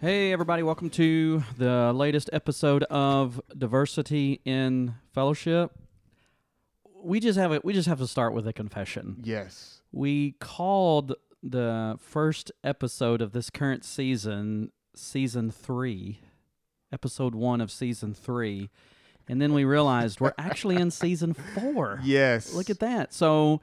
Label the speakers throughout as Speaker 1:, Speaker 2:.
Speaker 1: Hey, everybody, welcome to the latest episode of Diversity in Fellowship. We just have a, we just have to start with a confession.
Speaker 2: Yes.
Speaker 1: We called the first episode of this current season season 3, episode 1 of season 3, and then we realized we're actually in season 4.
Speaker 2: Yes.
Speaker 1: Look at that. So,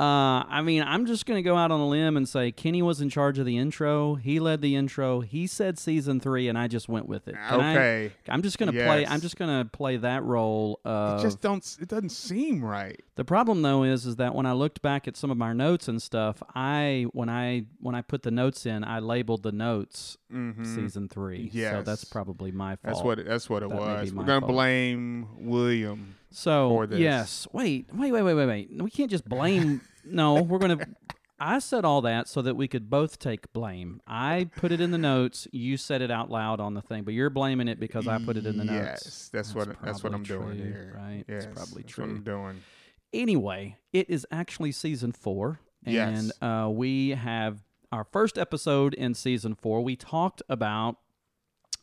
Speaker 1: uh, I mean, I'm just going to go out on a limb and say Kenny was in charge of the intro. He led the intro. He said season three, and I just went with it. Can I-
Speaker 2: Okay.
Speaker 1: I'm just going to play.
Speaker 2: Yes.
Speaker 1: I'm just going to play that role. Of,
Speaker 2: it just don't. s- It doesn't seem right.
Speaker 1: the problem though is, is that when I looked back at some of my notes and stuff, I when I when I put the notes in, I labeled the notes season three. So
Speaker 2: Mm-hmm. Yes.
Speaker 1: that's probably my fault.
Speaker 2: That's what. It, that's what it
Speaker 1: That may be
Speaker 2: was. We're
Speaker 1: my
Speaker 2: gonna
Speaker 1: fault.
Speaker 2: blame William.
Speaker 1: So
Speaker 2: for this.
Speaker 1: yes, wait, wait, wait, wait, wait, wait. We can't just blame. no, we're gonna. I said all that so that we could both take blame. I put it in the notes. You said it out loud on the thing, but you're blaming it because I put it in the
Speaker 2: yes,
Speaker 1: notes.
Speaker 2: Yes. That's, what.
Speaker 1: That's
Speaker 2: That's what I'm
Speaker 1: probably
Speaker 2: doing
Speaker 1: true,
Speaker 2: here.
Speaker 1: right?
Speaker 2: Yes.
Speaker 1: That's probably
Speaker 2: that's What I'm
Speaker 1: true.
Speaker 2: doing.
Speaker 1: Anyway, it is actually season four, and
Speaker 2: Yes.
Speaker 1: uh, we have our first episode in season four. We talked about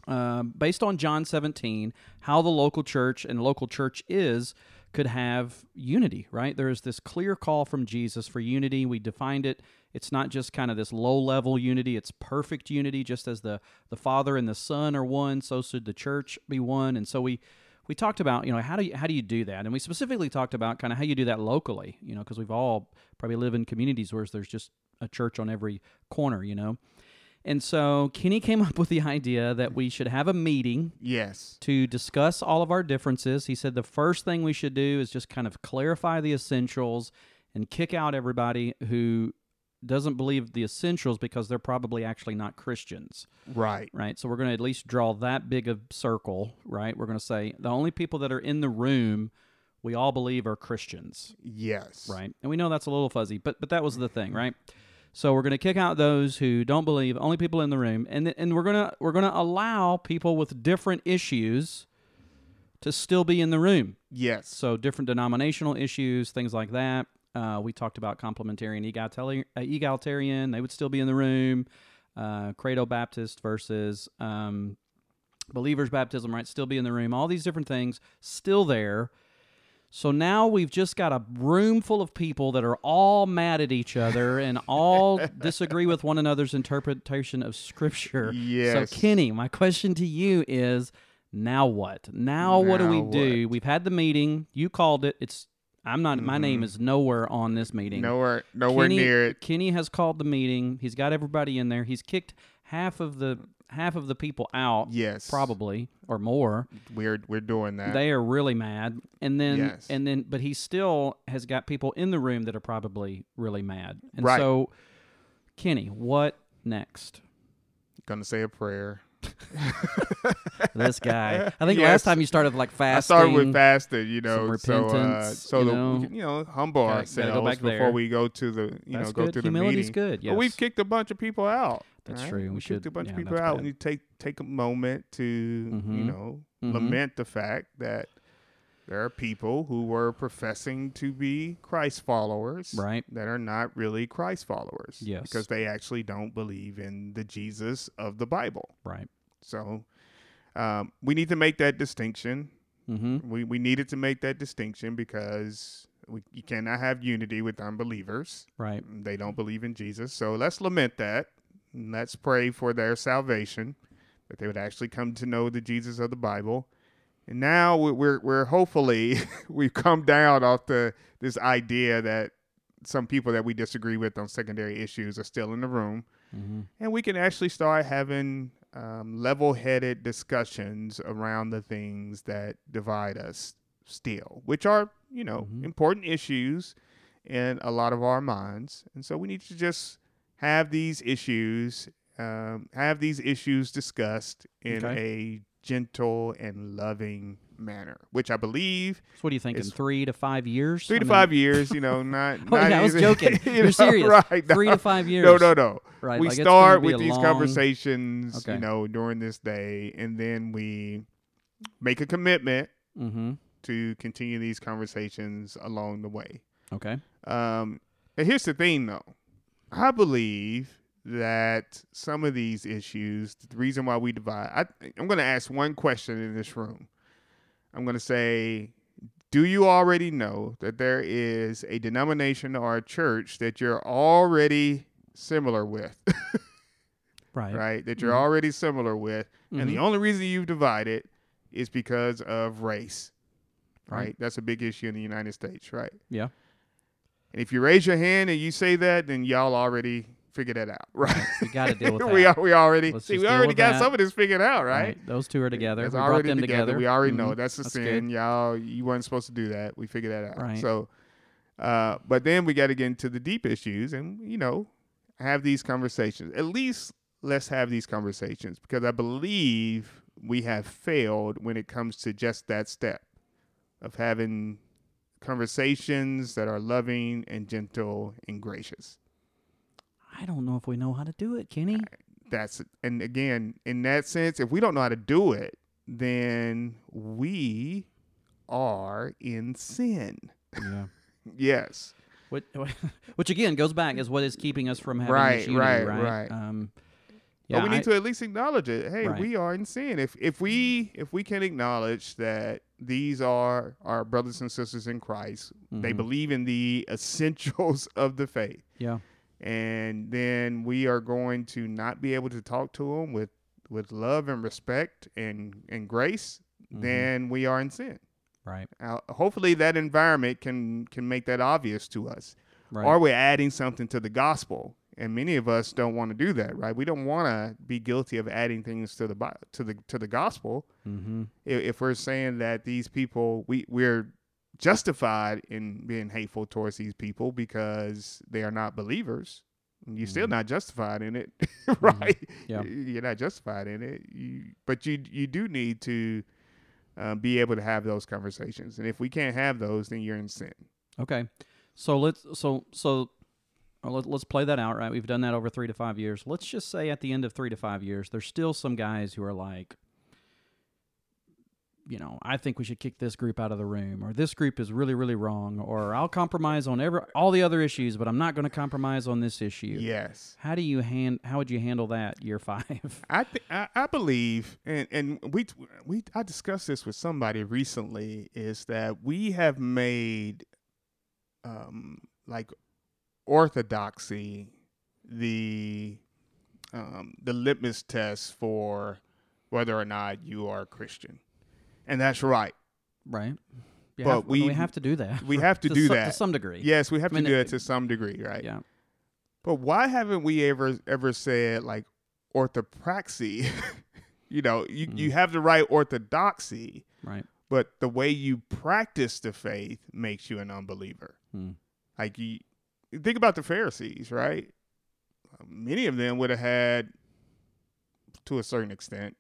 Speaker 1: um, based on John 17, how the local church and local church is could have unity, right? There is this clear call from Jesus for unity. We defined it. It's not just kind of this low level unity, it's perfect unity, just as the, the Father and the Son are one, so should the church be one. And so we we talked about, you know, how do you how do you do that? And we specifically talked about kind of how you do that locally, you know, because we've all probably live in communities where there's just a church on every corner, you know. And so Kenny came up with the idea that we should have a meeting
Speaker 2: Yes.
Speaker 1: to discuss all of our differences. He said the first thing we should do is just kind of clarify the essentials and kick out everybody who doesn't believe the essentials because they're probably actually not Christians,
Speaker 2: Right.
Speaker 1: right? So we're going to at least draw that big a circle, right? We're going to say the only people that are in the room we all believe are Christians,
Speaker 2: Yes.
Speaker 1: Right. And we know that's a little fuzzy, but but that was the thing, right? So we're going to kick out those who don't believe, only people in the room, and th- and we're going to we're going to allow people with different issues to still be in the room.
Speaker 2: Yes.
Speaker 1: So different denominational issues, things like that. Uh, we talked about complementarian, egalitarian, uh, egalitarian. They would still be in the room. Uh, Credo Baptist versus um, believers baptism, right? Still be in the room. All these different things still there. So now we've just got a room full of people that are all mad at each other and all disagree with one another's interpretation of Scripture.
Speaker 2: Yes.
Speaker 1: So Kenny, my question to you is: Now what? Now what do we
Speaker 2: Now
Speaker 1: do?
Speaker 2: what?
Speaker 1: We've had the meeting. You called it. It's I'm not. My name is nowhere on this meeting.
Speaker 2: Nowhere. Mm-hmm. Nowhere
Speaker 1: Kenny-
Speaker 2: near it.
Speaker 1: Kenny has called the meeting. He's got everybody in there. He's kicked half of the half of the people out.
Speaker 2: Yes.
Speaker 1: probably or more.
Speaker 2: We're we're doing that.
Speaker 1: They are really mad, and then
Speaker 2: Yes.
Speaker 1: and then, but he still has got people in the room that are probably really mad. And
Speaker 2: Right.
Speaker 1: so, Kenny, what next?
Speaker 2: gonna say a prayer.
Speaker 1: This guy. I think last
Speaker 2: Yes.
Speaker 1: time you started with, like fasting.
Speaker 2: I started with fasting, you
Speaker 1: some
Speaker 2: know, so uh,
Speaker 1: repentance,
Speaker 2: so
Speaker 1: you
Speaker 2: that
Speaker 1: know.
Speaker 2: we can, you know, humble
Speaker 1: Gotta- gotta go
Speaker 2: ourselves
Speaker 1: back
Speaker 2: before
Speaker 1: there.
Speaker 2: we go to the you
Speaker 1: That's
Speaker 2: know go
Speaker 1: good.
Speaker 2: to the
Speaker 1: Humility's
Speaker 2: meeting.
Speaker 1: good,
Speaker 2: But
Speaker 1: yes.
Speaker 2: we've kicked a bunch of people out.
Speaker 1: That's
Speaker 2: right?
Speaker 1: true.
Speaker 2: We,
Speaker 1: We should-
Speaker 2: kicked a bunch
Speaker 1: yeah,
Speaker 2: of people
Speaker 1: that's
Speaker 2: out,
Speaker 1: bad.
Speaker 2: and you take take a moment to you
Speaker 1: Mhm.
Speaker 2: know
Speaker 1: Mhm.
Speaker 2: lament the fact that there are people who were professing to be Christ followers,
Speaker 1: Right.
Speaker 2: that are not really Christ followers,
Speaker 1: Yes.
Speaker 2: because they actually don't believe in the Jesus of the Bible.
Speaker 1: right.
Speaker 2: So um, we need to make that distinction.
Speaker 1: Mm-hmm.
Speaker 2: We we needed to make that distinction because we, you cannot have unity with unbelievers.
Speaker 1: Right.
Speaker 2: They don't believe in Jesus. So let's lament that. And let's pray for their salvation, that they would actually come to know the Jesus of the Bible. And now we- we're we're hopefully we've come down off the this idea that some people that we disagree with on secondary issues are still in the room
Speaker 1: Mm-hmm.
Speaker 2: and we can actually start having um, level-headed discussions around the things that divide us still which are you know
Speaker 1: Mhm.
Speaker 2: important issues in a lot of our minds and so we need to just have these issues um, have these issues discussed in
Speaker 1: Okay.
Speaker 2: a gentle and loving manner, which I believe
Speaker 1: So what do you think? In
Speaker 2: It's-
Speaker 1: three to five years?
Speaker 2: three
Speaker 1: I
Speaker 2: to
Speaker 1: mean-
Speaker 2: five years, you know, not.
Speaker 1: Oh,
Speaker 2: not
Speaker 1: yeah, I was joking.
Speaker 2: you
Speaker 1: You're
Speaker 2: know,
Speaker 1: serious.
Speaker 2: Right,
Speaker 1: Three
Speaker 2: no.
Speaker 1: to five years.
Speaker 2: No, no, no.
Speaker 1: Right,
Speaker 2: we
Speaker 1: like it's gonna
Speaker 2: start
Speaker 1: be
Speaker 2: with
Speaker 1: a
Speaker 2: these
Speaker 1: long-
Speaker 2: conversations,
Speaker 1: Okay.
Speaker 2: you know, during this day, and then we make a commitment
Speaker 1: Mm-hmm.
Speaker 2: to continue these conversations along the way.
Speaker 1: Okay.
Speaker 2: Um, and here's the thing, though. I believe that some of these issues, the reason why we divide, I, I'm going to ask one question in this room. I'm going to say, do you already know that there is a denomination or a church that you're already similar with,
Speaker 1: Right. Mm-hmm.
Speaker 2: right? That you're already similar with, and the only reason you've divided is because of race,
Speaker 1: Right.
Speaker 2: right? That's a big issue in the United States, right?
Speaker 1: Yeah.
Speaker 2: And if you raise your hand and you say that, then y'all already figured that out, right?
Speaker 1: We got to deal with that.
Speaker 2: we, al- we already
Speaker 1: Let's
Speaker 2: see.
Speaker 1: just
Speaker 2: We
Speaker 1: deal
Speaker 2: already
Speaker 1: with
Speaker 2: got
Speaker 1: that.
Speaker 2: some of this figured out, right?
Speaker 1: Those two are together.
Speaker 2: It's
Speaker 1: we brought
Speaker 2: already
Speaker 1: them together.
Speaker 2: We already know
Speaker 1: Mhm.
Speaker 2: that's a
Speaker 1: That's
Speaker 2: sin, y'all. You weren't supposed to do that. We figured that out.
Speaker 1: Right.
Speaker 2: So, uh, but then we got to get into the deep issues, and you know, have these conversations. At least let's have these conversations because I believe we have failed when it comes to just that step of having conversations that are loving and gentle and gracious.
Speaker 1: I don't know if we know how to do it, Kenny.
Speaker 2: that's and again in that sense if we don't know how to do it then we are in sin
Speaker 1: Yeah.
Speaker 2: yes
Speaker 1: Which, which again goes back is what is keeping us from having
Speaker 2: Right,
Speaker 1: this unity,
Speaker 2: right,
Speaker 1: right?
Speaker 2: right.
Speaker 1: Um, yeah,
Speaker 2: but we need
Speaker 1: I-
Speaker 2: to at least acknowledge it hey
Speaker 1: Right.
Speaker 2: we are in sin if if we if we can acknowledge that these are our brothers and sisters in christ they
Speaker 1: Mhm.
Speaker 2: believe in the essentials of the faith
Speaker 1: Yeah.
Speaker 2: and then we are going to not be able to talk to them with with love and respect and and grace
Speaker 1: Mhm.
Speaker 2: then we are in sin
Speaker 1: Right.
Speaker 2: Uh, hopefully that environment can can make that obvious to us
Speaker 1: Right.
Speaker 2: or we're adding something to the gospel and many of us don't want to do that right we don't want to be guilty of adding things to the Bi- to the to the gospel
Speaker 1: mm-hmm.
Speaker 2: i- if, we're saying that these people we we're justified in being hateful towards these people because they are not believers you're still
Speaker 1: Mhm.
Speaker 2: not justified in it right
Speaker 1: Yeah.
Speaker 2: you're not justified in it you, but you you do need to uh, be able to have those conversations and if we can't have those then you're in sin
Speaker 1: Okay. So let's so so uh, let, let's play that out, right? We've done that over 3 to 5 years. Let's just say at the end of 3 to 5 years, there's still some guys who are like you know, I think we should kick this group out of the room or this group is really really wrong or I'll compromise on every all the other issues, but I'm not going to compromise on this issue.
Speaker 2: yes
Speaker 1: How do you hand how would you handle that year 5?
Speaker 2: I, th- I I believe, and and we we I discussed this with somebody recently, is that we have made, um, like, orthodoxy the, um, the litmus test for whether or not you are a Christian, and that's right.
Speaker 1: right? You
Speaker 2: But
Speaker 1: have, we
Speaker 2: we-
Speaker 1: have to do that.
Speaker 2: we have to do
Speaker 1: some- to
Speaker 2: that.
Speaker 1: some degree.
Speaker 2: Yes, we have
Speaker 1: I mean,
Speaker 2: to do
Speaker 1: it-
Speaker 2: it to some degree, right?
Speaker 1: Yeah.
Speaker 2: But why haven't we ever ever said like orthopraxy? you know, you,
Speaker 1: Mm.
Speaker 2: you have the right orthodoxy,
Speaker 1: Right.
Speaker 2: but the way you practice the faith makes you an unbeliever.
Speaker 1: Hmm.
Speaker 2: Like you think about the Pharisees, right? Uh, Many of them would have had to a certain extent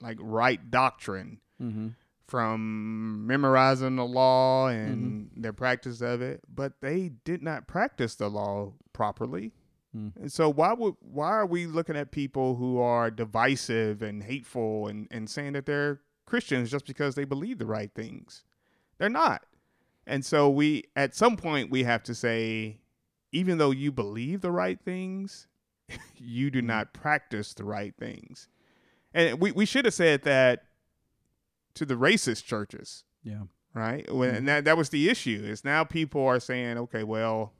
Speaker 2: like right doctrine
Speaker 1: Mhm.
Speaker 2: from memorizing the law and their practice of it, but they did not practice the law properly.
Speaker 1: Mm.
Speaker 2: And so why would why are we looking at people who are divisive and hateful and, and saying that they're Christians just because they believe the right things? They're not. And so we at some point we have to say, even though you believe the right things, you do not practice the right things. And we, we should have said that to the racist churches,
Speaker 1: Yeah.
Speaker 2: right? When
Speaker 1: Mm-hmm.
Speaker 2: and that that was the issue is now people are saying, okay, well,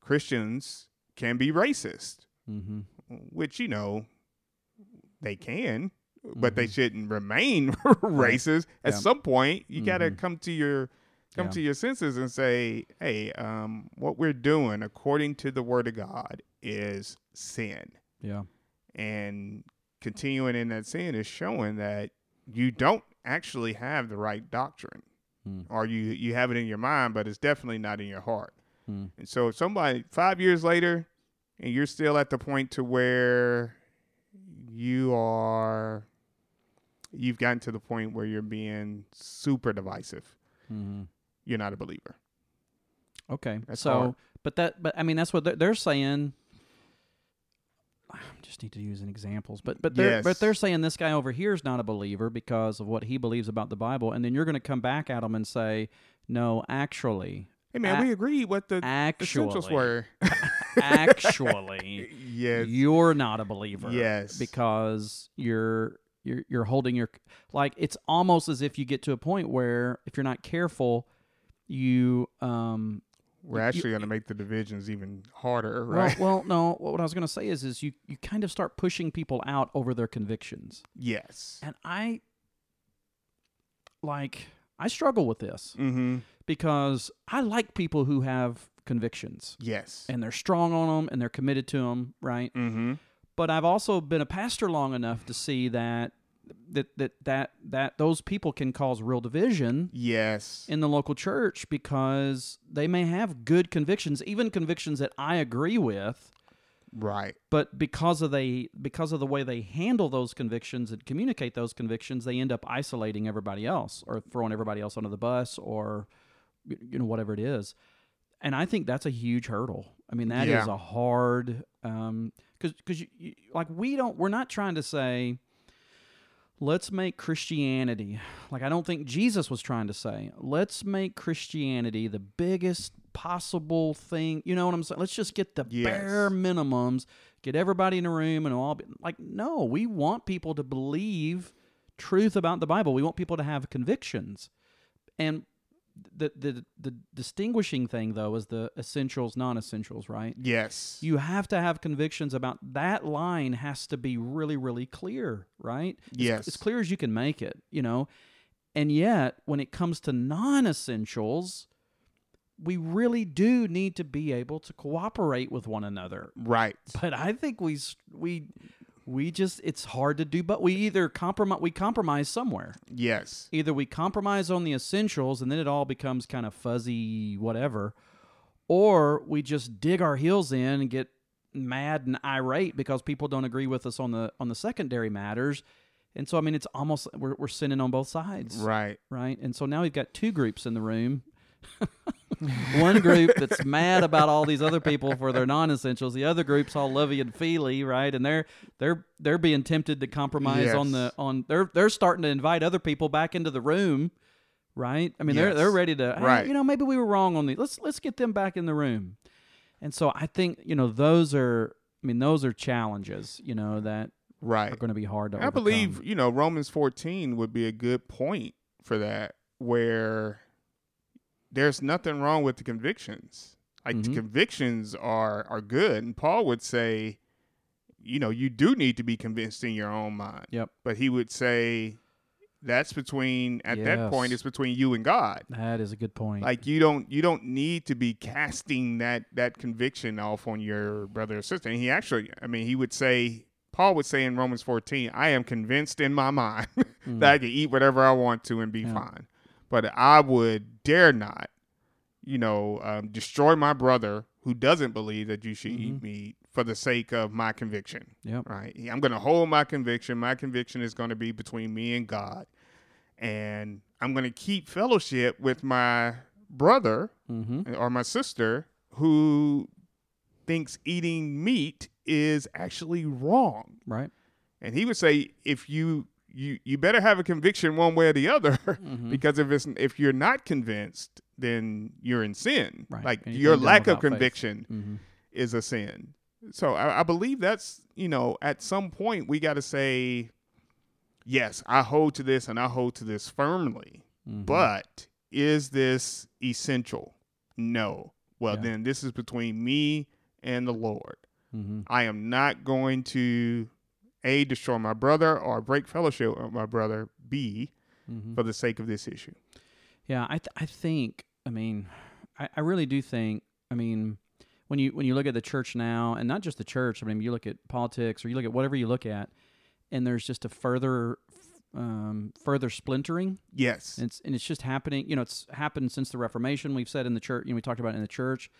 Speaker 2: Christians can be racist,
Speaker 1: Mhm.
Speaker 2: which you know they can, but they shouldn't remain racist. At
Speaker 1: Mm-hmm. Yeah.
Speaker 2: some point, you got to
Speaker 1: Mhm.
Speaker 2: come to your come
Speaker 1: Yeah.
Speaker 2: to your senses and say, hey, um, what we're doing according to the Word of God is sin
Speaker 1: Yeah.
Speaker 2: and continuing in that sin is showing that you don't actually have the right doctrine
Speaker 1: Hmm.
Speaker 2: or you you have it in your mind but it's definitely not in your heart
Speaker 1: Hmm.
Speaker 2: and so if somebody five years later and you're still at the point to where you are you've gotten to the point where you're being super divisive.
Speaker 1: Mhm.
Speaker 2: You're not a believer.
Speaker 1: Okay.
Speaker 2: That's
Speaker 1: so,
Speaker 2: hard.
Speaker 1: but that, but I mean, that's what they're, they're saying. I just need to use an examples, but but they're, but
Speaker 2: Yes.
Speaker 1: they're saying this guy over here is not a believer because of what he believes about the Bible, and then you're going to come back at him and say, no, actually,
Speaker 2: Hey man,
Speaker 1: A-
Speaker 2: we agree what the essentials
Speaker 1: actually,
Speaker 2: were.
Speaker 1: actually,
Speaker 2: yes.
Speaker 1: you're not a believer,
Speaker 2: Yes.
Speaker 1: because you're. You're, you're holding your like it's almost as if you get to a point where if you're not careful you um
Speaker 2: We're
Speaker 1: you-
Speaker 2: actually going to make the divisions even harder,
Speaker 1: Well,
Speaker 2: right?
Speaker 1: well, no. What I was going to say is, is you you kind of start pushing people out over their convictions,
Speaker 2: yes.
Speaker 1: and I like I struggle with this
Speaker 2: Mm-hmm.
Speaker 1: because I like people who have convictions
Speaker 2: Yes.
Speaker 1: and they're strong on them and they're committed to them, right?
Speaker 2: mm-hmm.
Speaker 1: But I've also been a pastor long enough to see that that that that that those people can cause real division
Speaker 2: Yes.
Speaker 1: in the local church because they may have good convictions, even convictions that I agree with,
Speaker 2: right.
Speaker 1: but because of they because of the way they handle those convictions and communicate those convictions they end up isolating everybody else or throwing everybody else under the bus or y- you know whatever it is and i think that's a huge hurdle i mean that is
Speaker 2: Yeah.
Speaker 1: a hard um because because you, you like we don't we're not trying to say let's make christianity like i don't think jesus was trying to say let's make christianity the biggest possible thing you know what i'm saying let's just get the
Speaker 2: Yes.
Speaker 1: bare minimums get everybody in a room and all be, like no we want people to believe truth about the bible we want people to have convictions and the the the distinguishing thing though is the essentials non-essentials right
Speaker 2: Yes.
Speaker 1: you have to have convictions about that line has to be really really clear right As-
Speaker 2: Yes.
Speaker 1: as, clear as you can make it you know and yet when it comes to non-essentials we really do need to be able to cooperate with one another
Speaker 2: right.
Speaker 1: but i think we s- we we just it's hard to do but we either compromise we compromise somewhere
Speaker 2: Yes.
Speaker 1: either we compromise on the essentials and then it all becomes kind of fuzzy whatever or we just dig our heels in and get mad and irate because people don't agree with us on the on the secondary matters and so i mean it's almost we're, we're sinning on both sides
Speaker 2: Right.
Speaker 1: right and so now we've got two groups in the room one group that's mad about all these other people for their non-essentials the other group's all lovey and feely right and they're they're they're being tempted to compromise on the
Speaker 2: Yes.
Speaker 1: on they're they're starting to invite other people back into the room right i mean they're they're
Speaker 2: Yes.
Speaker 1: ready to "Hey,
Speaker 2: Right.
Speaker 1: you know maybe we were wrong on the let's let's get them back in the room and so i think you know those are i mean those are challenges you know that
Speaker 2: Right.
Speaker 1: are going to be hard to
Speaker 2: I
Speaker 1: overcome.
Speaker 2: believe, you know, Romans 14 would be a good point for that, where there's nothing wrong with the convictions. Like
Speaker 1: Mhm.
Speaker 2: the convictions are are good. And Paul would say, you know, you do need to be convinced in your own mind.
Speaker 1: Yep.
Speaker 2: But he would say that's between at that point
Speaker 1: Yes.
Speaker 2: it's between you and God.
Speaker 1: that is a good point
Speaker 2: Like you don't you don't need to be casting that that conviction off on your brother or sister. And he actually, I mean, he would say Paul would say in Romans 14, I am convinced in my mind
Speaker 1: Mm.
Speaker 2: that I can eat whatever I want to and be
Speaker 1: Yeah.
Speaker 2: fine. But I would dare not, you know, um, destroy my brother who doesn't believe that you should eat meat for the sake of my conviction.
Speaker 1: Mm-hmm. Yep.
Speaker 2: Right. I'm going to hold my conviction. My conviction is going to be between me and God. And I'm going to keep fellowship with my brother eh,
Speaker 1: mm-hmm.
Speaker 2: or my sister who thinks eating meat is actually wrong.
Speaker 1: right
Speaker 2: And he would say, if you you you better have a conviction one way or the other,
Speaker 1: Mhm.
Speaker 2: because if it's if you're not convinced, then you're in sin.
Speaker 1: Right.
Speaker 2: Like
Speaker 1: Anything
Speaker 2: your
Speaker 1: done
Speaker 2: lack of
Speaker 1: without faith.
Speaker 2: conviction
Speaker 1: Mhm.
Speaker 2: is a sin. So I, I believe that's you know at some point we got to say, yes, I hold to this and I hold to this firmly.
Speaker 1: Mhm.
Speaker 2: But is this essential? No. Well,
Speaker 1: Yeah.
Speaker 2: then this is between me and the Lord.
Speaker 1: Mhm.
Speaker 2: I am not going to A, destroy my brother or break fellowship with my brother, B,
Speaker 1: Mhm.
Speaker 2: for the sake of this issue.
Speaker 1: Yeah, I th- I think I mean, I, I really do think I mean when you when you look at the church now, and not just the church, I mean you look at politics or you look at whatever you look at, and there's just a further um, further splintering.
Speaker 2: Yes.
Speaker 1: And it's and it's just happening. You know, it's happened since the Reformation. We've said in the church, you know, we talked about it in the church,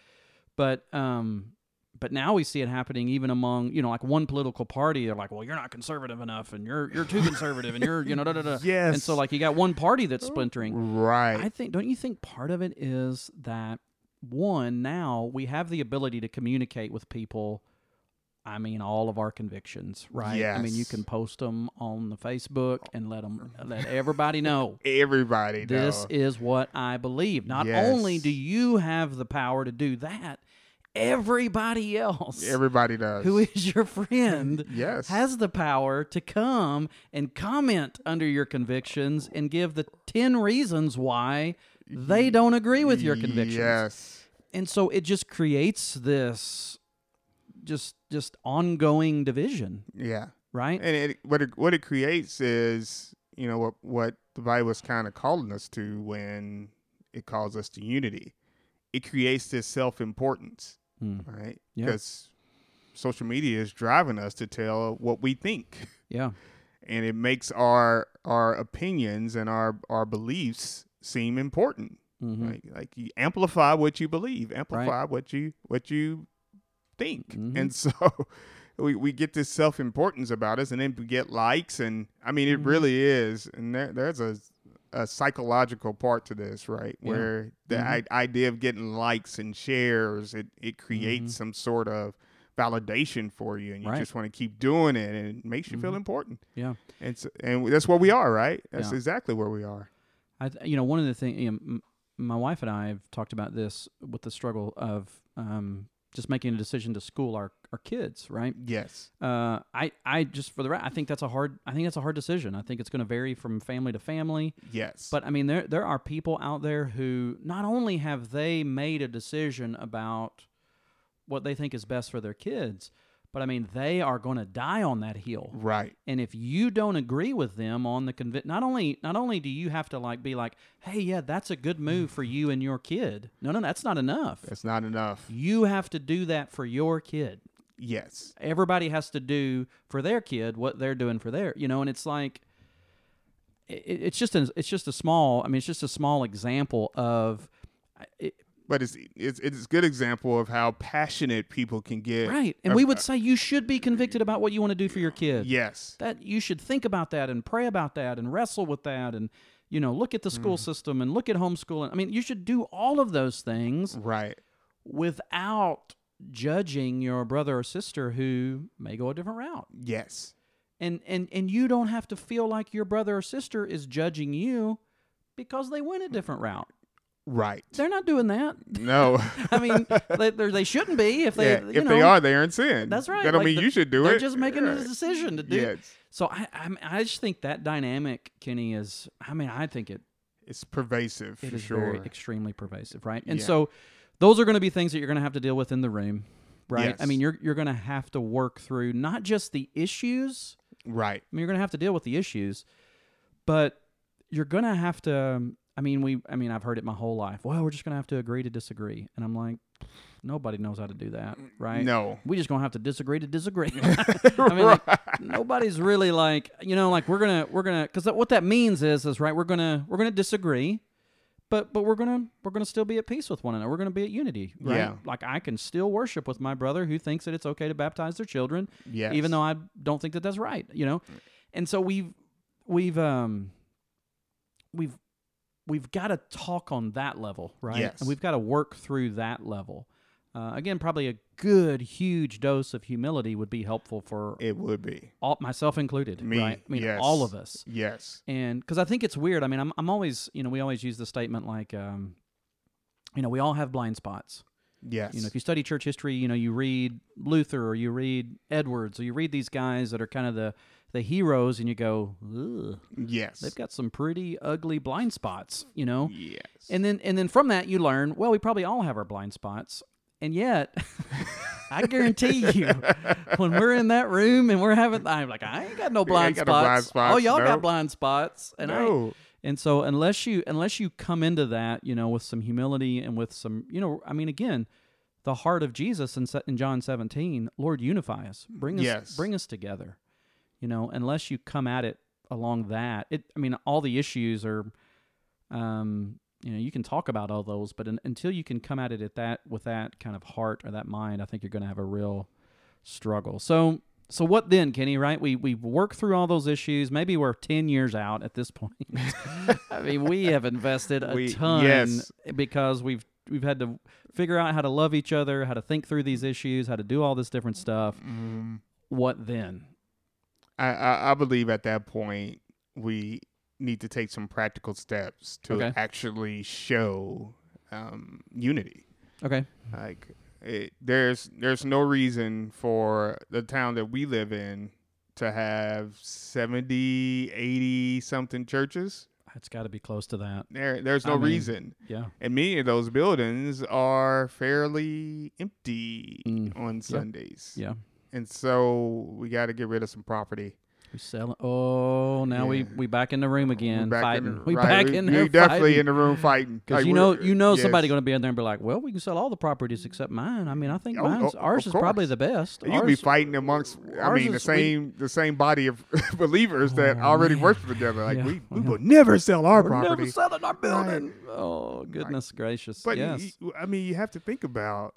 Speaker 1: but um, but now we see it happening even among you know like one political party they're like well you're not conservative enough and you're you're too conservative and you're you know da, da, da.
Speaker 2: Yes. Oh,
Speaker 1: and so like you got one party that's splintering
Speaker 2: Right.
Speaker 1: i think don't you think part of it is that one now we have the ability to communicate with people i mean all of our convictions right i mean you
Speaker 2: Yes.
Speaker 1: can post them on the facebook and let them let everybody know
Speaker 2: Everybody
Speaker 1: this
Speaker 2: knows.
Speaker 1: is what I believe. Not only
Speaker 2: Yes.
Speaker 1: do you have the power to do that, everybody else
Speaker 2: Everybody does.
Speaker 1: who is your friend
Speaker 2: Yes.
Speaker 1: has the power to come and comment under your convictions and give the 10 reasons why they don't agree with your convictions.
Speaker 2: Yes.
Speaker 1: And so it just creates this just just ongoing division,
Speaker 2: Yeah.
Speaker 1: right?
Speaker 2: And it, what it what it creates is you know what what the Bible is kind of calling us to when it calls us to unity. It creates this self importance,
Speaker 1: Hmm.
Speaker 2: right?
Speaker 1: Yeah.
Speaker 2: Because social media is driving us to tell what we think,
Speaker 1: Yeah.
Speaker 2: and it makes our our opinions and our our beliefs seem important.
Speaker 1: Mhm.
Speaker 2: Like, like you amplify what you believe, amplify what you what you think,
Speaker 1: Mhm.
Speaker 2: and so we, we get this self importance about us, and then we get likes, and I mean it
Speaker 1: Mhm.
Speaker 2: really is, and there, there's a a psychological part to this, right?
Speaker 1: Yeah.
Speaker 2: Where the
Speaker 1: Mhm.
Speaker 2: I- idea of getting likes and shares, it it creates
Speaker 1: Mhm.
Speaker 2: some sort of validation for you, and you
Speaker 1: Right.
Speaker 2: just want to keep doing it, and it makes you feel
Speaker 1: Mhm.
Speaker 2: important.
Speaker 1: Yeah.
Speaker 2: and so, and that's where we are, right? That's
Speaker 1: Yeah.
Speaker 2: exactly where we are.
Speaker 1: I, th- you know, one of the things, you know, m- my wife and I have talked about this with the struggle of um, just making a decision to school our, our kids, right?
Speaker 2: Yes.
Speaker 1: Uh, I, I just for the right, I think that's a hard, I think that's a hard decision. I think it's going to vary from family to family.
Speaker 2: Yes.
Speaker 1: But I mean, there there are people out there who not only have they made a decision about what they think is best for their kids, but I mean, they are going to die on that hill
Speaker 2: right.
Speaker 1: and if you don't agree with them on the convict not only not only do you have to like be like hey yeah that's a good move for you and your kid no no that's not enough
Speaker 2: That's not enough.
Speaker 1: you have to do that for your kid
Speaker 2: Yes.
Speaker 1: everybody has to do for their kid what they're doing for their you know and it's like it, it's just an, it's just a small i mean it's just a small example of it,
Speaker 2: But it's it's it's a good example of how passionate people can get.
Speaker 1: right and we would say you should be convicted about what you want to do for your kid
Speaker 2: Yes.
Speaker 1: that you should think about that and pray about that and wrestle with that and you know look at the school
Speaker 2: Mm.
Speaker 1: system and look at homeschooling i mean you should do all of those things
Speaker 2: Right.
Speaker 1: without judging your brother or sister who may go a different route
Speaker 2: Yes.
Speaker 1: and and and you don't have to feel like your brother or sister is judging you because they went a different route
Speaker 2: Right.
Speaker 1: they're not doing that
Speaker 2: No.
Speaker 1: i mean they, they're- they shouldn't be if they
Speaker 2: yeah.
Speaker 1: you
Speaker 2: If
Speaker 1: know
Speaker 2: they are, they're in sin.
Speaker 1: that's right
Speaker 2: That don't
Speaker 1: like
Speaker 2: mean
Speaker 1: the-
Speaker 2: you should do
Speaker 1: they're
Speaker 2: it.
Speaker 1: just making a
Speaker 2: Right.
Speaker 1: decision to do
Speaker 2: Yes.
Speaker 1: So I, I I just think that dynamic, Kenny, is I mean I think it
Speaker 2: It's pervasive
Speaker 1: it
Speaker 2: for
Speaker 1: is
Speaker 2: sure.
Speaker 1: very extremely pervasive, right? And
Speaker 2: Yeah.
Speaker 1: so those are going to be things that you're going to have to deal with in the room, right? I
Speaker 2: Yes.
Speaker 1: mean you're you're going to have to work through not just the issues.
Speaker 2: right.
Speaker 1: I mean you're going to have to deal with the issues, but you're going to have to. I mean we I mean I've heard it my whole life. Well, we're just going to have to agree to disagree, and I'm like, nobody knows how to do that, right?
Speaker 2: No.
Speaker 1: we just gonna have to disagree to disagree. I mean, like, nobody's really like you know, like we're gonna we're gonna because what that means is is right. We're gonna we're gonna disagree, but but we're gonna we're gonna still be at peace with one another. We're gonna be at unity, right?
Speaker 2: Yeah.
Speaker 1: Like I can still worship with my brother who thinks that it's okay to baptize their children,
Speaker 2: Yes.
Speaker 1: even though I don't think that that's right. You know, and so we've we've um we've we've got to talk on that level, right?
Speaker 2: Yes.
Speaker 1: And we've got to work through that level. Uh, again, probably a good, huge dose of humility would be helpful for
Speaker 2: it would be.
Speaker 1: all, myself included,
Speaker 2: Me,
Speaker 1: right? I mean,
Speaker 2: yes.
Speaker 1: all of us.
Speaker 2: Yes.
Speaker 1: And because I think it's weird. I mean, I'm, I'm always, you know, we always use the statement like, um, you know, we all have blind spots.
Speaker 2: Yes.
Speaker 1: You know, if you study church history, you know, you read Luther or you read Edwards or you read these guys that are kind of the, the heroes and you go, Ugh,
Speaker 2: yes.
Speaker 1: they've got some pretty ugly blind spots, you know?
Speaker 2: yes.
Speaker 1: And then and then from that you learn, well, we probably all have our blind spots. And yet I guarantee you, when we're in that room and we're having I'm like, I ain't got no blind,
Speaker 2: ain't got no
Speaker 1: spots.
Speaker 2: blind spots,
Speaker 1: Oh, y'all got
Speaker 2: nope.
Speaker 1: blind spots. And I
Speaker 2: no.
Speaker 1: and so unless you unless you come into that, you know, with some humility and with some, you know, I mean again, the heart of Jesus in, se- in John 17, Lord unify us. Bring us
Speaker 2: Yes.
Speaker 1: bring us together. You know, unless you come at it along that. It I mean all the issues are um you know you can talk about all those but un- until you can come at it at that with that kind of heart or that mind i think you're going to have a real struggle so so what then kenny right we we work through all those issues maybe we're 10 years out at this point i mean we have invested a
Speaker 2: We-
Speaker 1: ton
Speaker 2: yes.
Speaker 1: because we've we've had to figure out how to love each other how to think through these issues how to do all this different stuff
Speaker 2: Mm-hmm.
Speaker 1: what then
Speaker 2: I, I, I believe at that point we need to take some practical steps to
Speaker 1: Okay.
Speaker 2: actually show um, unity.
Speaker 1: okay
Speaker 2: Like it, there's there's no reason for the town that we live in to have 70, 80 something churches.
Speaker 1: it's got to be close to that
Speaker 2: There there's no
Speaker 1: I mean-
Speaker 2: reason.
Speaker 1: yeah
Speaker 2: And many of those buildings are fairly empty
Speaker 1: Mm.
Speaker 2: on Sundays.
Speaker 1: yeah
Speaker 2: And so we got to get rid of some property.
Speaker 1: We selling. Oh, now we
Speaker 2: Yeah.
Speaker 1: we back in the room again,
Speaker 2: We're back in
Speaker 1: fighting.
Speaker 2: the-
Speaker 1: we
Speaker 2: right,
Speaker 1: back
Speaker 2: we-
Speaker 1: in
Speaker 2: we
Speaker 1: there
Speaker 2: definitely
Speaker 1: fighting.
Speaker 2: in the room fighting.
Speaker 1: because
Speaker 2: Like,
Speaker 1: you know
Speaker 2: we're-
Speaker 1: you know
Speaker 2: yes.
Speaker 1: somebody going to be in there and be like, well, we can sell all the properties except mine. I mean, I think
Speaker 2: Oh,
Speaker 1: mine's
Speaker 2: oh,
Speaker 1: ours
Speaker 2: of
Speaker 1: is probably
Speaker 2: course.
Speaker 1: the best.
Speaker 2: You could be
Speaker 1: Ours-
Speaker 2: fighting amongst, I
Speaker 1: ours
Speaker 2: mean, the
Speaker 1: is- we-
Speaker 2: same the same body of believers that
Speaker 1: Oh,
Speaker 2: already
Speaker 1: man.
Speaker 2: worship together. Like
Speaker 1: Yeah,
Speaker 2: we, we
Speaker 1: yeah.
Speaker 2: will never sell our
Speaker 1: we're never
Speaker 2: property.
Speaker 1: selling our building. Oh goodness gracious!
Speaker 2: But
Speaker 1: yes,
Speaker 2: you- I mean, you have to think about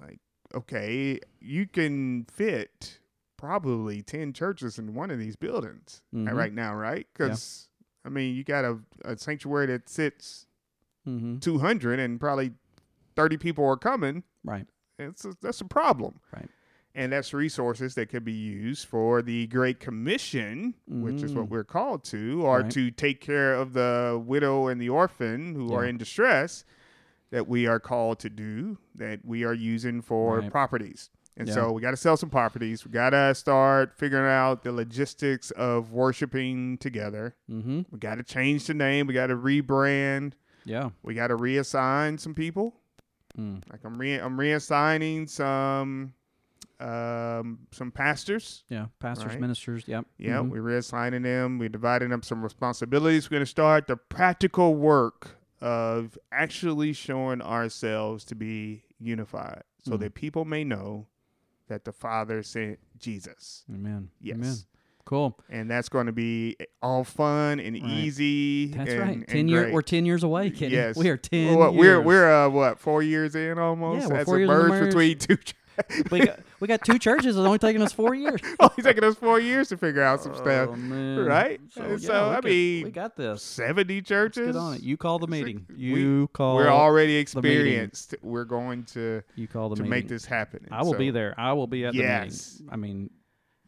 Speaker 2: like, okay, you can fit probably ten churches in one of these buildings
Speaker 1: Mhm.
Speaker 2: right now, right? Because I mean, you got a, a sanctuary that sits
Speaker 1: hmm
Speaker 2: two hundred, and probably thirty people are coming.
Speaker 1: right.
Speaker 2: It's a, that's a problem.
Speaker 1: Right.
Speaker 2: And that's resources that could be used for the Great Commission, which is
Speaker 1: Mm.
Speaker 2: what we're called to, or
Speaker 1: Right.
Speaker 2: to take care of the widow and the orphan who are
Speaker 1: Yeah.
Speaker 2: in distress that we are called to do, that we are using for
Speaker 1: Right.
Speaker 2: properties. And
Speaker 1: Yeah.
Speaker 2: so we got to sell some properties. We got to start figuring out the logistics of worshiping together.
Speaker 1: hmm
Speaker 2: We got to change the name. We got to rebrand.
Speaker 1: Yeah.
Speaker 2: We got to reassign some people.
Speaker 1: Mm.
Speaker 2: Like I'm re I'm reassigning some um some pastors.
Speaker 1: Yeah. Pastors,
Speaker 2: Right.
Speaker 1: ministers. Yep.
Speaker 2: Yeah,
Speaker 1: Mhm.
Speaker 2: we're reassigning them. We're dividing up some responsibilities. We're gonna start the practical work of actually showing ourselves to be unified so
Speaker 1: Mm.
Speaker 2: that people may know that the Father sent Jesus.
Speaker 1: Amen.
Speaker 2: Yes.
Speaker 1: Amen. Cool.
Speaker 2: And that's gonna be all fun and
Speaker 1: Right.
Speaker 2: easy.
Speaker 1: That's
Speaker 2: and-
Speaker 1: right.
Speaker 2: and
Speaker 1: Ten years.
Speaker 2: great.
Speaker 1: We're ten years away, Kenny.
Speaker 2: Yes.
Speaker 1: We are ten.
Speaker 2: Well, what, we're
Speaker 1: years.
Speaker 2: we're uh, what four years in almost.
Speaker 1: Yeah, we're
Speaker 2: That's
Speaker 1: four
Speaker 2: a
Speaker 1: years in the
Speaker 2: merge
Speaker 1: merge.
Speaker 2: between two.
Speaker 1: we got we got two churches. It's only taking us four years.
Speaker 2: Only taking us four years to figure out some stuff.
Speaker 1: Oh, man.
Speaker 2: right?
Speaker 1: So,
Speaker 2: Uh,
Speaker 1: yeah,
Speaker 2: so,
Speaker 1: we
Speaker 2: I
Speaker 1: could-
Speaker 2: mean,
Speaker 1: we got this.
Speaker 2: Seventy churches.
Speaker 1: Let's get on it. You call the
Speaker 2: It's like
Speaker 1: meeting.
Speaker 2: we-
Speaker 1: You call.
Speaker 2: We're already
Speaker 1: meeting.
Speaker 2: experienced. We're going to
Speaker 1: You call the
Speaker 2: to
Speaker 1: meeting.
Speaker 2: make this happen.
Speaker 1: I will
Speaker 2: So
Speaker 1: be there. I will be at
Speaker 2: Yes.
Speaker 1: the meeting. I mean,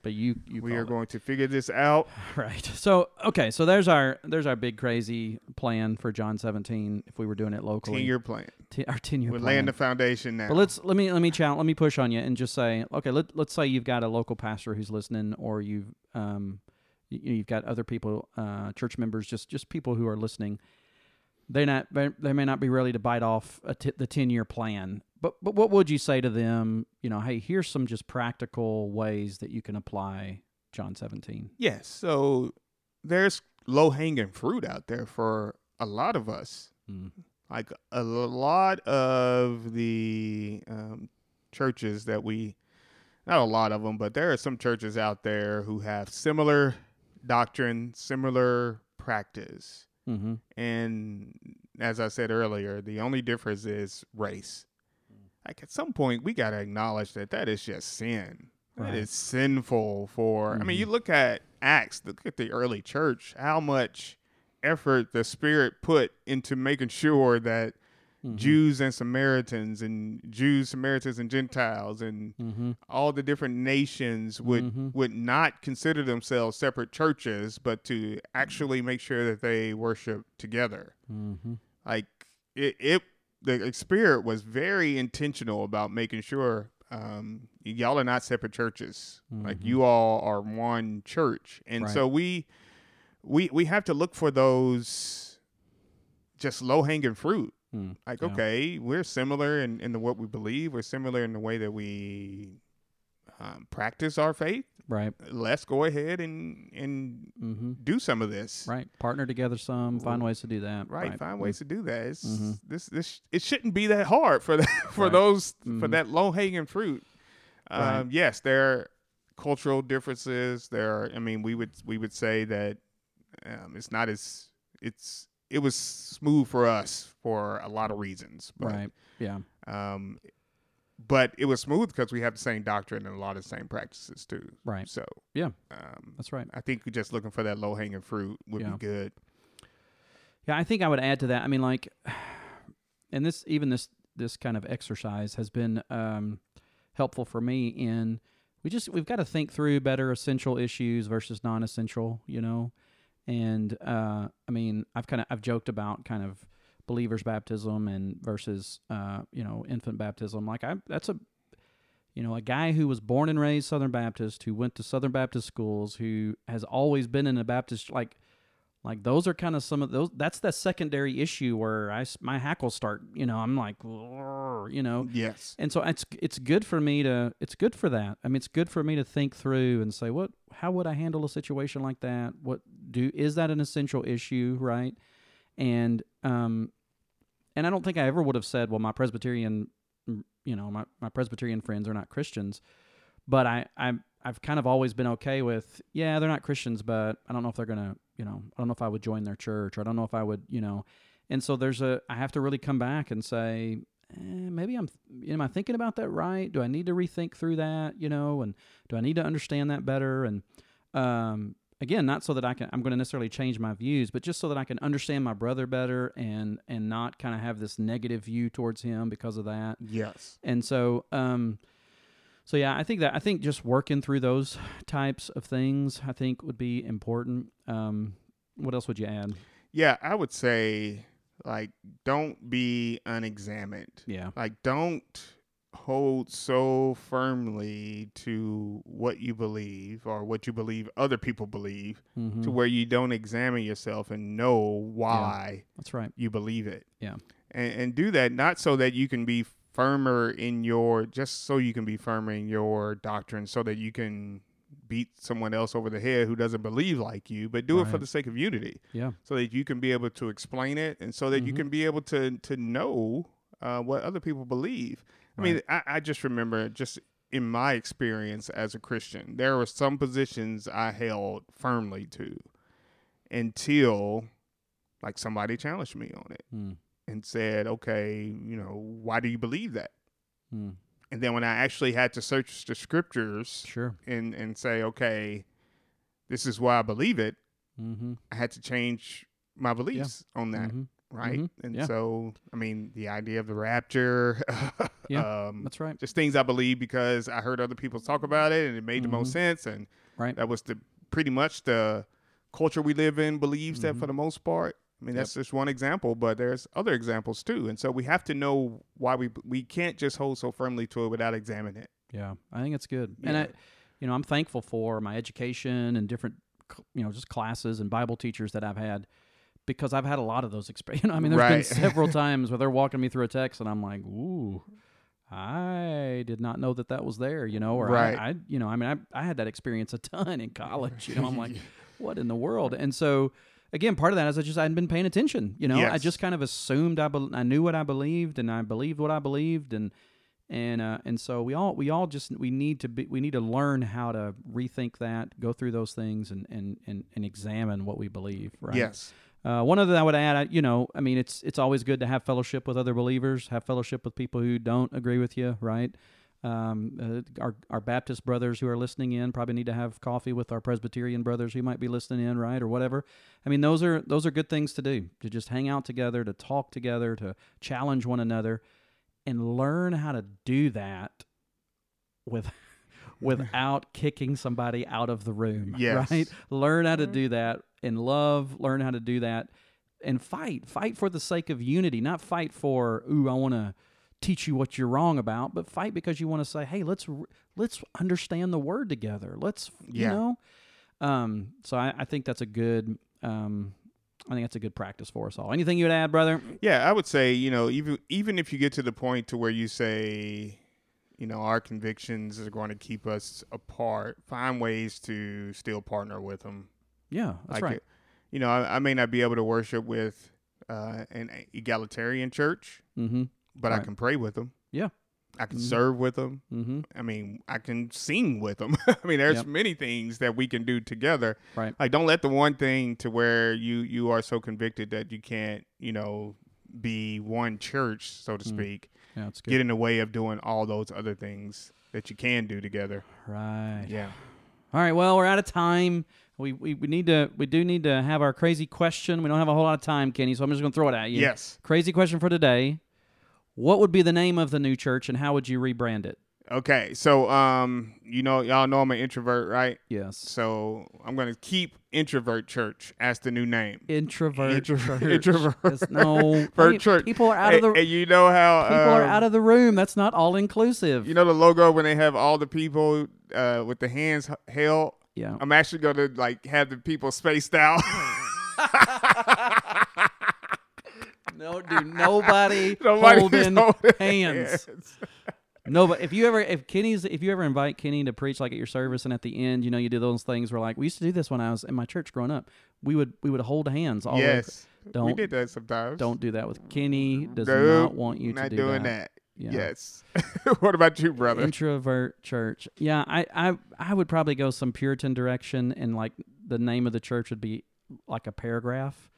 Speaker 1: but you you.
Speaker 2: We
Speaker 1: call
Speaker 2: are
Speaker 1: it.
Speaker 2: going to figure this out.
Speaker 1: right. So okay. So there's our there's our big crazy plan for John 17. If we were doing it locally,
Speaker 2: Ten year plan.
Speaker 1: Ten- our 10 year
Speaker 2: We're
Speaker 1: plan.
Speaker 2: laying the foundation now.
Speaker 1: But let's let me let me challenge let me push on you and just say okay let let's say you've got a local pastor who's listening or you've um you, you know, you've got other people uh church members just just people who are listening they not they, they may not be ready to bite off a t- the ten year plan but but what would you say to them you know hey here's some just practical ways that you can apply John seventeen
Speaker 2: yes. So there's low hanging fruit out there for a lot of us.
Speaker 1: Mm.
Speaker 2: like a lot of the um, churches that we not a lot of them but there are some churches out there who have similar doctrine similar practice
Speaker 1: mm-hmm.
Speaker 2: and as i said earlier the only difference is race like at some point we got to acknowledge that that is just sin
Speaker 1: Right.
Speaker 2: that is sinful for i mean
Speaker 1: Mhm.
Speaker 2: you look at acts look at the early church how much effort the spirit put into making sure that
Speaker 1: Mm-hmm.
Speaker 2: Jews and Samaritans and Jews, Samaritans and Gentiles and
Speaker 1: mm-hmm.
Speaker 2: all the different nations would
Speaker 1: Mhm.
Speaker 2: would not consider themselves separate churches, but to actually make sure that they worship together.
Speaker 1: Mm-hmm.
Speaker 2: Like it, it the spirit was very intentional about making sure um, y'all are not separate churches. Like
Speaker 1: Mhm.
Speaker 2: you all are one church, and
Speaker 1: Right.
Speaker 2: so we we we have to look for those just low hanging fruit
Speaker 1: Mm.
Speaker 2: like
Speaker 1: Yeah.
Speaker 2: okay we're similar in, in the what we believe we're similar in the way that we um, practice our faith
Speaker 1: right
Speaker 2: let's go ahead and and
Speaker 1: mm-hmm.
Speaker 2: do some of this
Speaker 1: right Mm-hmm. partner together some find ways to do that
Speaker 2: right, find ways to do that it's,
Speaker 1: Mhm.
Speaker 2: this this it shouldn't be that hard for that for
Speaker 1: Right.
Speaker 2: those for
Speaker 1: Mhm.
Speaker 2: that low-hanging fruit um,
Speaker 1: Right.
Speaker 2: yes there are cultural differences there are i mean we would we would say that um, it's not as it's it was smooth for us for a lot of reasons. But,
Speaker 1: right. Yeah.
Speaker 2: Um, but it was smooth because we have the same doctrine and a lot of the same practices too.
Speaker 1: Right.
Speaker 2: So
Speaker 1: Yeah.
Speaker 2: um,
Speaker 1: That's right.
Speaker 2: I think just looking for that low hanging fruit would
Speaker 1: Yeah.
Speaker 2: be good.
Speaker 1: Yeah, I think I would add to that. I mean, like, and this even this this kind of exercise has been um, helpful for me in we just we've got to think through better essential issues versus non-essential, you know. And uh, I mean, I've kind of I've joked about kind of believers baptism and versus uh, you know infant baptism. Like I that's a you know, a guy who was born and raised Southern Baptist, who went to Southern Baptist schools, who has always been in a Baptist like like those are kind of some of those that's the secondary issue where I s- my hackles start, you know, I'm like "Grrr," you know.
Speaker 2: Yes.
Speaker 1: And so it's it's good for me to it's good for that. I mean, it's good for me to think through and say what how would I handle a situation like that? What do is that an essential issue, right? And um and I don't think I ever would have said, well, my Presbyterian you know, my my Presbyterian friends are not Christians, but I I I've kind of always been okay with, yeah, they're not Christians, but I don't know if they're going to, you know, I don't know if I would join their church or I don't know if I would, you know. And so there's a I have to really come back and say, eh, maybe I'm am I thinking about that right? Do I need to rethink through that, you know, and do I need to understand that better and um again, not so that I can I'm going to necessarily change my views, but just so that I can understand my brother better and and not kind of have this negative view towards him because of that.
Speaker 2: Yes.
Speaker 1: And so, um, so yeah, I think that I think just working through those types of things, I think would be important. Um, what else would you add?
Speaker 2: Yeah, I would say like don't be unexamined.
Speaker 1: Yeah,
Speaker 2: Like don't hold so firmly to what you believe or what you believe other people believe
Speaker 1: hmm
Speaker 2: to where you don't examine yourself and know why
Speaker 1: that's right.
Speaker 2: you believe it.
Speaker 1: Yeah.
Speaker 2: And, and do that not so that you can be firmer in your, just so you can be firmer in your doctrine, so that you can beat someone else over the head who doesn't believe like you, but do it for
Speaker 1: Right.
Speaker 2: the sake of unity,
Speaker 1: Yeah,
Speaker 2: so that you can be able to explain it, and so that you
Speaker 1: Mhm.
Speaker 2: can be able to to know uh, what other people believe. I mean, I, I just remember just in my experience as a Christian, there were some positions I held firmly to until like somebody challenged me on it
Speaker 1: mm,
Speaker 2: and said, okay, you know, why do you believe that?
Speaker 1: mm,
Speaker 2: And then when I actually had to search the scriptures
Speaker 1: sure.
Speaker 2: and, and say, okay, this is why I believe it,
Speaker 1: Mm-hmm.
Speaker 2: I had to change my beliefs on that,
Speaker 1: hmm
Speaker 2: right?
Speaker 1: Mhm.
Speaker 2: And
Speaker 1: Yeah.
Speaker 2: so, I mean, the idea of the rapture,
Speaker 1: Yeah.
Speaker 2: um,
Speaker 1: That's right.
Speaker 2: just things I believe because I heard other people talk about it and it made the most
Speaker 1: Mhm.
Speaker 2: sense. And
Speaker 1: Right.
Speaker 2: that was the pretty much the culture we live in believes that for
Speaker 1: Mhm.
Speaker 2: the most part. I mean,
Speaker 1: Yep.
Speaker 2: that's just one example, but there's other examples too. And so we have to know why we we can't just hold so firmly to it without examining it.
Speaker 1: Yeah, I think it's good, and
Speaker 2: Yeah.
Speaker 1: I, you know, I'm thankful for my education and different, c- you know, just classes and Bible teachers that I've had, because I've had a lot of those experiences. You know, I mean, there's been
Speaker 2: Right.
Speaker 1: several times where they're walking me through a text, and I'm like, ooh. I did not know that that was there, you know, or
Speaker 2: Right.
Speaker 1: I, I, you know, I mean, I, I had that experience a ton in college, you know, I'm like, what in the world? And so, again, part of that is I just I hadn't been paying attention. You know, I
Speaker 2: Yes.
Speaker 1: just kind of assumed I bel I knew what I believed, and I believed what I believed, and and uh, and so we all we all just we need to be we need to learn how to rethink that, go through those things, and and and, and examine what we believe. Right.
Speaker 2: Yes.
Speaker 1: Uh, one other that I would add, I, you know, I mean, it's it's always good to have fellowship with other believers, have fellowship with people who don't agree with you, right? Um, uh, our our Baptist brothers who are listening in probably need to have coffee with our Presbyterian brothers who might be listening in, right, or whatever. I mean, those are those are good things to do to just hang out together, to talk together, to challenge one another, and learn how to do that with without kicking somebody out of the room,
Speaker 2: Yes.
Speaker 1: right? learn how to do that and love learn how to do that and fight fight for the sake of unity not fight for ooh i want to teach you what you're wrong about but fight because you want to say hey let's r- let's understand the word together let's you
Speaker 2: Yeah.
Speaker 1: know um so I, I think that's a good um i think that's a good practice for us all anything you'd add brother
Speaker 2: Yeah, I would say, you know, even even if you get to the point to where you say, you know, our convictions are going to keep us apart, find ways to still partner with them.
Speaker 1: yeah that's
Speaker 2: like
Speaker 1: right
Speaker 2: it- you know, I, I may not be able to worship with uh, an egalitarian church,
Speaker 1: mm-hmm
Speaker 2: but I
Speaker 1: Right.
Speaker 2: can pray with them.
Speaker 1: Yeah.
Speaker 2: I can serve with them.
Speaker 1: Mm-hmm.
Speaker 2: I mean, I can sing with them. I mean, there's
Speaker 1: Yep.
Speaker 2: many things that we can do together.
Speaker 1: Right.
Speaker 2: Like, don't let the one thing to where you you are so convicted that you can't, you know, be one church, so to speak,
Speaker 1: Yeah, it's Mm. good.
Speaker 2: get in the way of doing all those other things that you can do together.
Speaker 1: Right.
Speaker 2: Yeah.
Speaker 1: All right. Well, we're out of time. We, we, we need to we do need to have our crazy question. We don't have a whole lot of time, Kenny, so I'm just going to throw it at you.
Speaker 2: Yes.
Speaker 1: Crazy question for today. What would be the name of the new church and how would you rebrand it?
Speaker 2: Okay. So, um, you know, y'all know I'm an introvert, right?
Speaker 1: Yes.
Speaker 2: So I'm gonna keep introvert church as the new name.
Speaker 1: Introvert.
Speaker 2: Introvert.
Speaker 1: church.
Speaker 2: Introvert.
Speaker 1: That's- no.
Speaker 2: Vert
Speaker 1: Hey,
Speaker 2: church.
Speaker 1: People are out of the
Speaker 2: And, and you know how
Speaker 1: people are
Speaker 2: um,
Speaker 1: out of the room. That's not all inclusive.
Speaker 2: You know the logo when they have all the people uh, with the hands h- held.
Speaker 1: yeah.
Speaker 2: I'm actually gonna like have the people spaced out.
Speaker 1: No, do nobody,
Speaker 2: Nobody
Speaker 1: hold in
Speaker 2: holding
Speaker 1: hands. No, but if you ever, if Kenny's, if you ever invite Kenny to preach like at your service, and at the end, you know, you do those things where like we used to do this when I was in my church growing up. We would we would hold hands. All the way acro-
Speaker 2: yes, we
Speaker 1: Don't-
Speaker 2: did that sometimes.
Speaker 1: don't do that with Kenny. Does
Speaker 2: Nope,
Speaker 1: not want you to
Speaker 2: not
Speaker 1: do
Speaker 2: doing
Speaker 1: that.
Speaker 2: that.
Speaker 1: Yeah.
Speaker 2: Yes. what about you, brother?
Speaker 1: Introvert church. Yeah, I, I I would probably go some Puritan direction, and like the name of the church would be like a paragraph,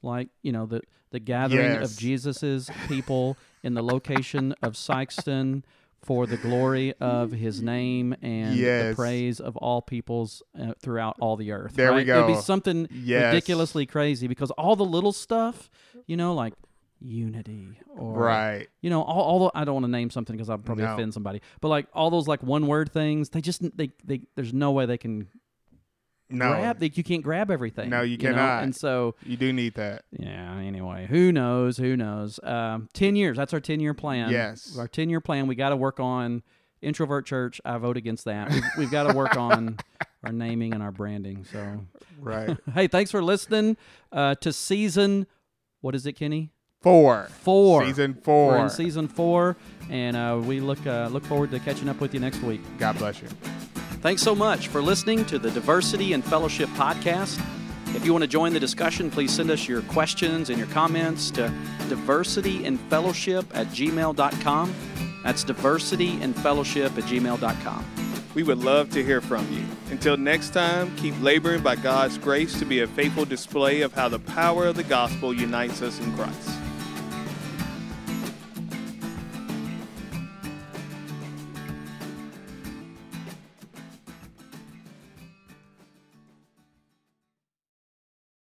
Speaker 1: like you know the the gathering
Speaker 2: Yes.
Speaker 1: of Jesus's people in the location of Sykeston for the glory of His name and the
Speaker 2: Yes.
Speaker 1: praise of all peoples uh, throughout all the earth.
Speaker 2: There we
Speaker 1: right? It'd be
Speaker 2: go.
Speaker 1: something
Speaker 2: Yes.
Speaker 1: ridiculously crazy because all the little stuff, you know, like unity or
Speaker 2: right.
Speaker 1: you know, all, all the, I don't want to name something because I'll probably
Speaker 2: No.
Speaker 1: offend somebody. But like all those like one word things, they just they they there's no way they can
Speaker 2: No,
Speaker 1: grab. They, you can't grab everything.
Speaker 2: No, you
Speaker 1: know?
Speaker 2: cannot.
Speaker 1: And so
Speaker 2: you do need that.
Speaker 1: yeah. Anyway, who knows? Who knows? Um, ten years. That's our ten year plan.
Speaker 2: Yes.
Speaker 1: Our ten year plan. We got to work on introvert church. I vote against that. We've, we've got to work on our naming and our branding. So
Speaker 2: Right.
Speaker 1: hey, thanks for listening uh, to season. What is it, Kenny?
Speaker 2: Four.
Speaker 1: Four.
Speaker 2: Season
Speaker 1: We're
Speaker 2: four.
Speaker 1: in season four, and uh, we look uh, look forward to catching up with you next week.
Speaker 2: God bless you.
Speaker 1: Thanks so much for listening to the Diversity and Fellowship podcast. If you want to join the discussion, please send us your questions and your comments to diversityandfellowship at gmail.com. That's diversityandfellowship at gmail.com.
Speaker 3: We would love to hear from you. Until next time, keep laboring by God's grace to be a faithful display of how the power of the gospel unites us in Christ.